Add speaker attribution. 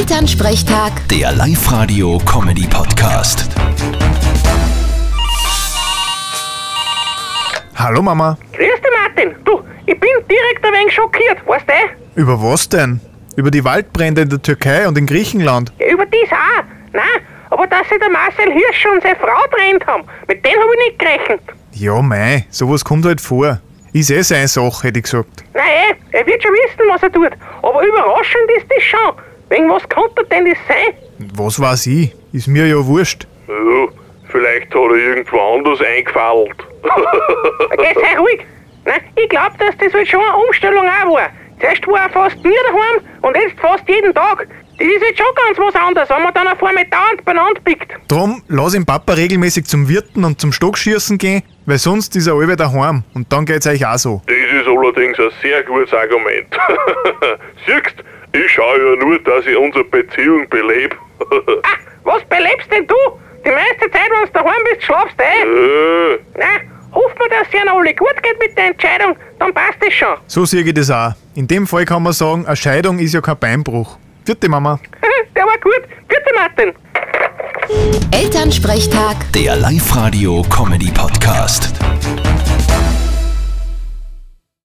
Speaker 1: Elternsprechtag,
Speaker 2: Der Live-Radio-Comedy-Podcast.
Speaker 3: Hallo Mama,
Speaker 4: Grüß dich, Martin. Du, ich bin direkt ein wenig schockiert, weißt du? eh?
Speaker 3: über was denn? Über die Waldbrände in der Türkei und in Griechenland.
Speaker 4: Ja, über dies auch. Nein, aber dass sie der Marcel Hirsch und seine Frau trennt haben, mit denen habe ich nicht gerechnet.
Speaker 3: Ja, mei, sowas kommt halt vor. Ist eh seine Sache, hätte ich gesagt.
Speaker 4: Nein, eh, er wird schon wissen, was er tut. Aber überraschend ist das schon. Wegen was konnte denn das sein?
Speaker 3: Was weiß ich? Ist mir ja wurscht.
Speaker 5: Ja, vielleicht hat er irgendwo anders eingefallen.
Speaker 4: Geh, sei ruhig. Nein, ich glaube, dass das halt schon eine Umstellung auch war. Zuerst war er fast nie daheim und jetzt fast jeden Tag. Das ist jetzt schon ganz was anderes, wenn man dann auf einmal dauernd beieinander pickt.
Speaker 3: Drum lass ihn Papa regelmäßig zum Wirten und zum Stockschießen gehen, weil sonst ist er alle daheim und dann geht's euch auch so.
Speaker 5: Das ist allerdings ein sehr gutes Argument. Siehst, ich schaue ja nur, dass ich unsere Beziehung belebe.
Speaker 4: Ah, was belebst denn du? Die meiste Zeit, wenn du daheim bist, schlafst du eh.
Speaker 5: äh,
Speaker 4: Na, hoffen wir, dass es ihnen alle gut geht mit der Entscheidung, dann passt es schon.
Speaker 3: So sehe ich das auch. In dem Fall kann man sagen, eine Scheidung ist ja kein Beinbruch. Vierte Mama.
Speaker 4: der war gut. Bitte, Martin.
Speaker 1: Elternsprechtag.
Speaker 2: Der Live-Radio-Comedy-Podcast.